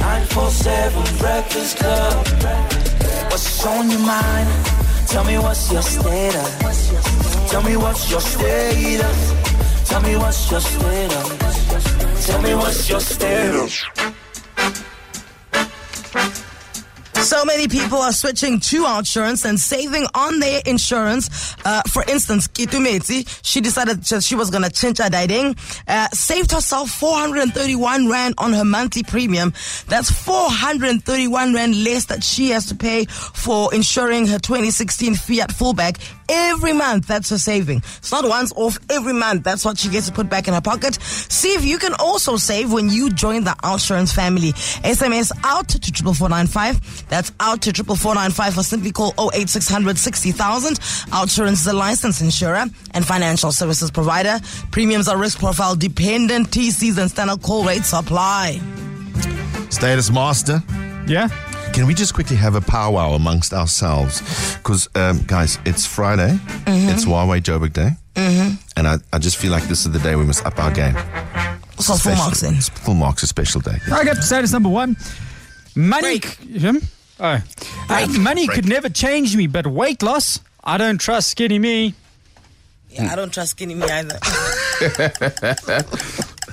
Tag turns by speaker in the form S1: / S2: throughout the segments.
S1: 947 Breakfast Club. What's on your mind? Tell me what's your status. Tell me what's your status. Tell me what's your status. Tell me what's your status.
S2: So many people are switching to outsurance and saving on their insurance. Uh, for instance, Kitu Metsi, she decided that she was going to change her dating, uh, saved herself 431 Rand on her monthly premium. That's 431 Rand less that she has to pay for insuring her 2016 Fiat fullback every month. That's her saving. It's not once off every month. That's what she gets to put back in her pocket. See if you can also save when you join the Outsurance family. SMS out to triple four nine five. That's out to triple four nine five, or simply call 08600 60000. Outsurance is a licensed insurer and financial services provider. Premiums are risk profile dependent. TCs and standard call rates apply.
S3: Status master.
S4: Yeah.
S3: Can we just quickly have a powwow amongst ourselves? Because, um, guys, it's Friday.
S2: Mm-hmm.
S3: It's Huawei Joburg Day. Mm-hmm. And I, I just feel like this is the day we must up our game.
S2: So full
S3: Special-
S2: marks in.
S3: Full marks, a special day.
S4: Okay, status number one. Money.
S2: Break.
S4: Hmm? Oh. Uh, money
S3: Break.
S4: could never change me, but weight loss, I don't trust skinny me.
S2: Yeah, I don't trust skinny me either.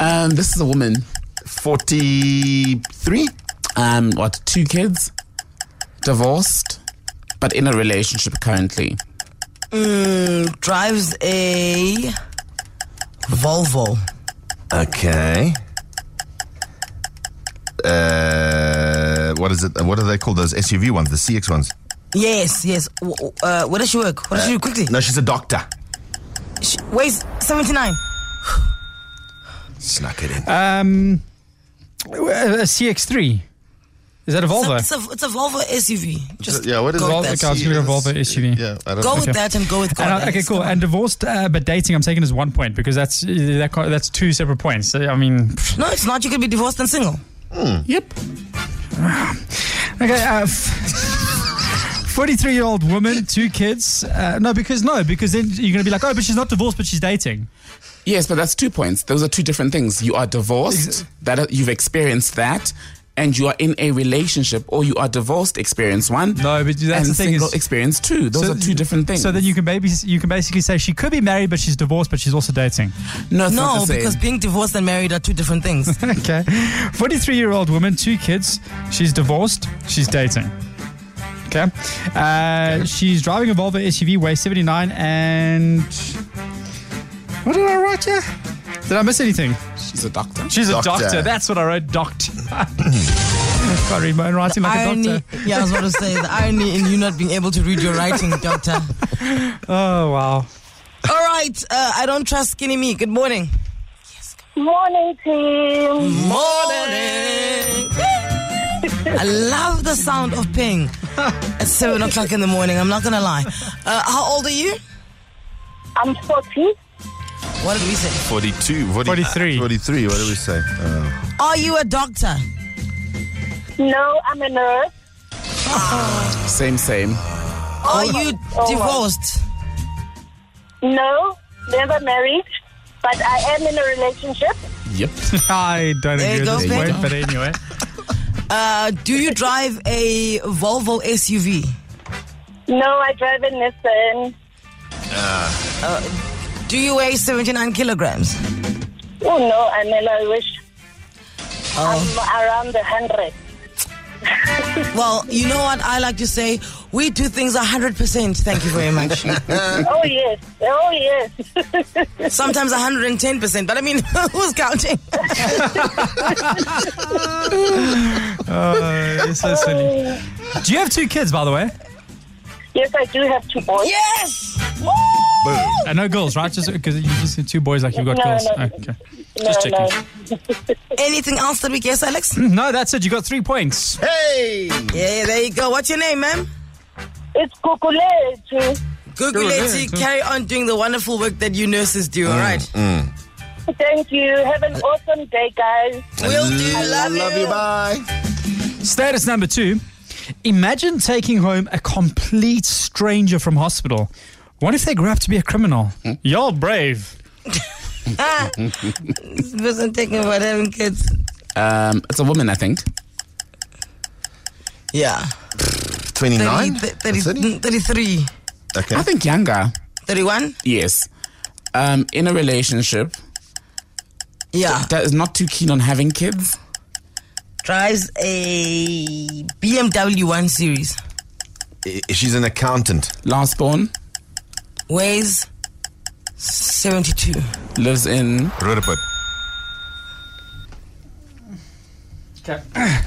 S5: Um, this is a woman.
S3: 43?
S5: Um, what? Two kids, divorced, but in a relationship currently.
S2: Drives a Volvo.
S3: Okay. Uh, what is it? What are they called? Those SUV ones, the CX ones.
S2: Yes, yes. W- w- Uh, where does she work? What does she do quickly?
S3: No, she's a doctor.
S2: She weighs 79.
S3: Snuck it in.
S4: Um, uh, a, a CX3. Is that a Volvo?
S2: It's a, it's a, it's a Volvo SUV. Just
S3: yeah, what is
S2: go
S4: Volvo
S2: with that.
S4: car? I was gonna go Volvo SUV.
S3: Yeah, I don't
S2: Go
S3: know.
S2: with that and go with God.
S4: And I- okay,
S2: Alex.
S4: cool. And divorced, uh, but dating, I'm taking as one point because that's uh, that, co- that's two separate points. So, I mean, pff.
S2: No, it's not. You could be divorced and single.
S5: Yep.
S4: okay, uh, forty-three-year-old woman, two kids. Uh, no, because no, because then you're gonna be like, oh, but she's not divorced, but she's dating.
S5: Yes, but that's two points. Those are two different things. You are divorced, that you've experienced that, and you are in a relationship, or you are divorced, experience one.
S4: No, but that's
S5: and
S4: the thing
S5: single
S4: is-
S5: experience two. Those
S4: So-
S5: are two different things.
S4: So then you can maybe you can basically say she could be married, but she's divorced, but she's also dating.
S5: no, it's
S2: No,
S5: not the same.
S2: because being divorced and married are two different things.
S4: okay, forty-three-year-old woman, two kids. She's divorced. She's dating. Okay, uh, she's driving a Volvo SUV, weighs seventy-nine, and what did I write here? Did I miss anything?
S5: she's a doctor. Hmm.
S4: She's a
S3: Doctor.
S4: doctor. That's what I wrote. Doct. Can't read my own writing like a
S2: irony.
S4: doctor.
S2: Yeah, I was going to say the irony in you not being able to read your writing, doctor.
S4: Oh wow.
S2: All right. Uh, I don't trust skinny me. Good morning.
S6: Morning, team.
S2: Morning. I love the sound of ping at seven o'clock in the morning. I'm not gonna lie. Uh, how old are you?
S6: I'm 40.
S2: What did we say?
S3: 42, 40,
S4: 43.
S3: 43, what do we say? Uh,
S2: Are you a doctor?
S6: No, I'm a nurse.
S5: Same, same.
S2: Are you
S6: Oh,
S2: divorced?
S6: No, never married. But I am in a relationship.
S5: Yep.
S4: I don't
S2: There you
S4: agree
S2: go,
S4: with this
S2: Peg.
S4: point, but anyway.
S2: Uh, do you drive a Volvo SUV?
S6: No, I drive a Nissan.
S2: Do you weigh 79 kilograms?
S6: Oh, no, I mean, I wish
S5: Oh.
S6: I'm around the 100.
S2: Well, you know what I like to say? We do things 100%. Thank you very much.
S6: Oh, yes. Oh, yes.
S2: Sometimes 110%, but I mean, who's counting?
S4: Oh, you're so silly. Do you have two kids, by the way?
S6: yes, I do have two boys.
S2: Yes!
S4: And no girls, right? Just because you just said two boys, like you've got
S6: No,
S4: girls.
S6: no.
S4: Oh, okay.
S5: Just
S6: no, no.
S5: checking.
S2: Anything else that we guess, Alex?
S4: Mm, No, that's it. You got three points.
S3: Hey!
S2: Yeah, there you go. What's your name, ma'am?
S6: It's Kukuletu.
S2: Google
S4: Sure, yeah,
S2: it.
S4: sure.
S2: Carry on doing the wonderful work that you nurses do, all right?
S6: Thank you. Have an awesome day, guys.
S2: Will do. Love,
S3: Love you, bye.
S4: Status number two. Imagine taking home a complete stranger from hospital. What if they grew up to be a criminal? Y'all brave.
S2: This person thinking about having kids.
S5: Um, it's a woman, I think.
S2: Yeah.
S3: 29?
S2: 30,
S3: 30?
S2: 33,
S3: Okay.
S5: I think younger.
S2: 31?
S5: Yes. Um, in a relationship
S2: Yeah.
S5: that is not too keen on having kids.
S2: Drives a BMW 1 Series.
S3: I- She's an accountant.
S5: Last born
S2: Weighs 72.
S5: lives in.
S3: Ruriput.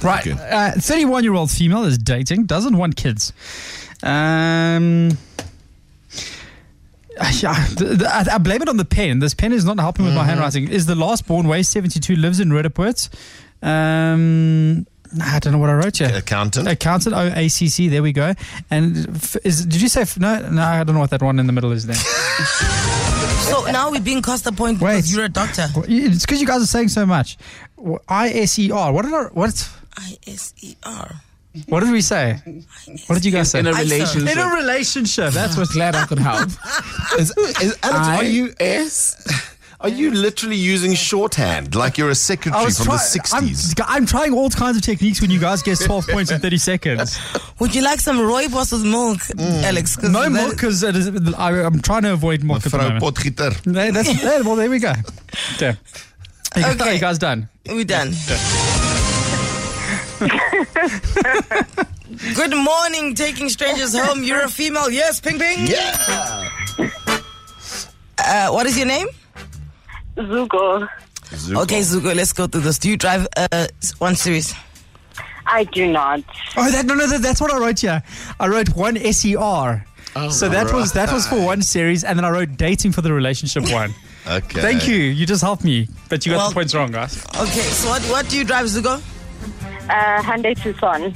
S4: Right.
S3: you.
S4: Uh, 31 year old female is dating, doesn't want kids. Um. Yeah, th- th- I, I blame it on the pen. This pen is not helping with my
S5: Mm-hmm.
S4: handwriting. Is the last born way 72 lives in Rediport? Um, I don't know what I wrote here.
S3: Accountant.
S4: Accountant, oh, ACC, there we go. And f- is did you say, f- no, no, I don't know what that one in the middle is there.
S2: So now we're being cost the point
S4: Wait.
S2: because you're a doctor.
S4: Well, It's because you guys are saying so much. W- I S E R. What did I, what
S2: I S E R.
S4: what did we say? What did you guys say?
S5: In a
S2: I-
S5: relationship.
S4: In a relationship. That's what.
S5: Glad I could help.
S3: Is, is, Alex,
S5: I-
S3: are you
S5: yes.
S3: are you literally using shorthand like you're a
S4: I
S3: secretary
S4: was
S3: from
S4: trying.
S3: the 60s?
S4: I'm, I'm trying all kinds of techniques when you guys guess 12 points in 30 seconds.
S2: Would you like some rooibos with milk,
S4: Mm.
S2: Alex? 'Cause
S4: No
S2: that-
S4: more because I'm trying to avoid more.
S3: Mevrouw Potgieter.
S4: Hey, that's, hey, well, there we go. Okay. You guys-
S2: Okay.
S4: You guys done?
S2: We're done. Good morning, taking strangers home. You're a female. Yes, ping ping.
S3: Yeah.
S2: Uh, what is your name?
S6: Zugo.
S2: Okay, Zuko, let's go through this. Do you drive uh, one series?
S6: I do not.
S4: Oh, that no, no, that, that's what I wrote here. I wrote one ser.
S3: Oh,
S4: Oh. so that was that was for one series, and then I wrote dating for the relationship one.
S3: Okay.
S4: Thank you. You just helped me, but you got
S2: Well-
S4: the points wrong, guys.
S2: Okay, so what, what do you drive, Zuko?
S6: Uh, Hyundai Tucson.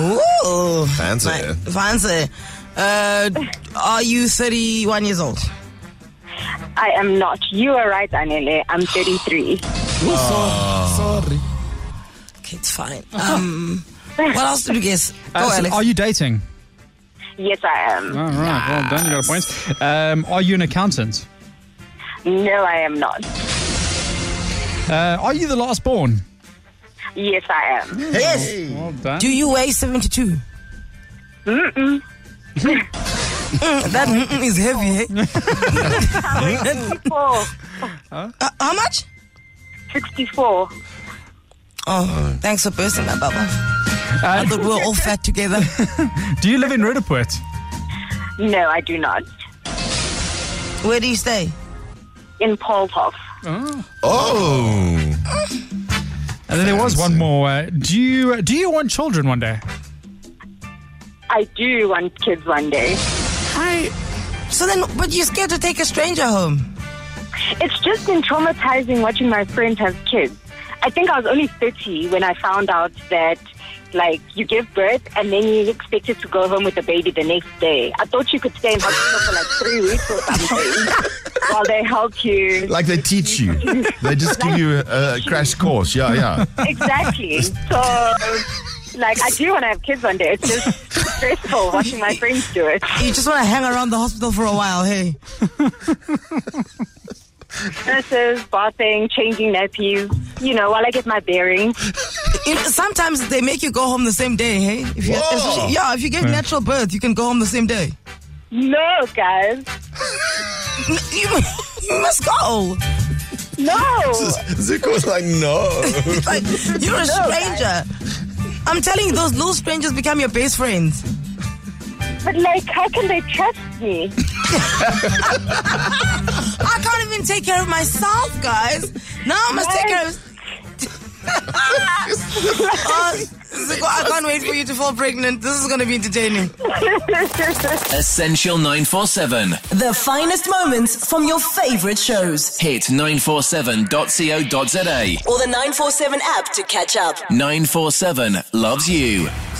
S2: Ooh.
S3: Fancy.
S2: My- Fancy. Uh, are you 31 years old?
S6: I am not. You are right, Anele. I'm 33.
S5: Sorry.
S2: Okay, it's fine. Um, what else did you guess? Go,
S4: Uh, so
S2: oh, Alex.
S4: are you dating?
S6: Yes, I am.
S4: All right. Well done. You got points. Um, are you an accountant?
S6: No, I am not.
S4: Uh, are you the last born?
S6: Yes, I am.
S2: yes.
S4: Well done.
S2: Do you weigh 72?
S6: Mm-mm.
S2: Mm, that mm-mm is heavy, eh?
S6: Four.
S2: Uh, how much?
S6: 64.
S2: Oh, thanks for bursting my bubble. I thought we were all fat together.
S4: Do you live in Rudaput?
S6: No, I do not.
S2: Where do you stay?
S6: In Poltov.
S3: Oh.
S4: And then there was one more. Uh, do you do you want children one day?
S6: I do want kids one day.
S5: Hi.
S2: So then, but you're scared to take a stranger home.
S6: It's just been traumatizing watching my friends have kids. I think I was only 30 when I found out that, like, you give birth and then you're expected to go home with the baby the next day. I thought you could stay in hospital for like three weeks or something while they help you.
S3: Like they teach you. They just give you a, a crash course. Yeah, yeah.
S6: Exactly. So, like, I do want to have kids one day. It's just stressful watching my friends do it.
S2: You just want to hang around the hospital for a while, hey?
S6: Nurses, bathing, changing nappies, you know, while I get my bearings.
S2: You know, sometimes they make you go home the same day, hey? If you,
S3: Whoa.
S2: especially- yeah, if you give natural birth, you can go home the same day.
S6: No, guys.
S2: N- You, you must go.
S6: No.
S3: Zuko was like, no.
S2: Like, you're a stranger. I'm telling you, those little strangers become your best friends.
S6: But, like, how can they trust me?
S2: I can't even take care of myself, guys. Now I must take care of. Uh, Zuko, I can't wait for you to fall pregnant. This is going to be entertaining.
S7: Essential 947.
S8: The finest moments from your favorite shows.
S7: Hit 947.co.za.
S8: Or the 947 app to catch up.
S7: 947 loves you.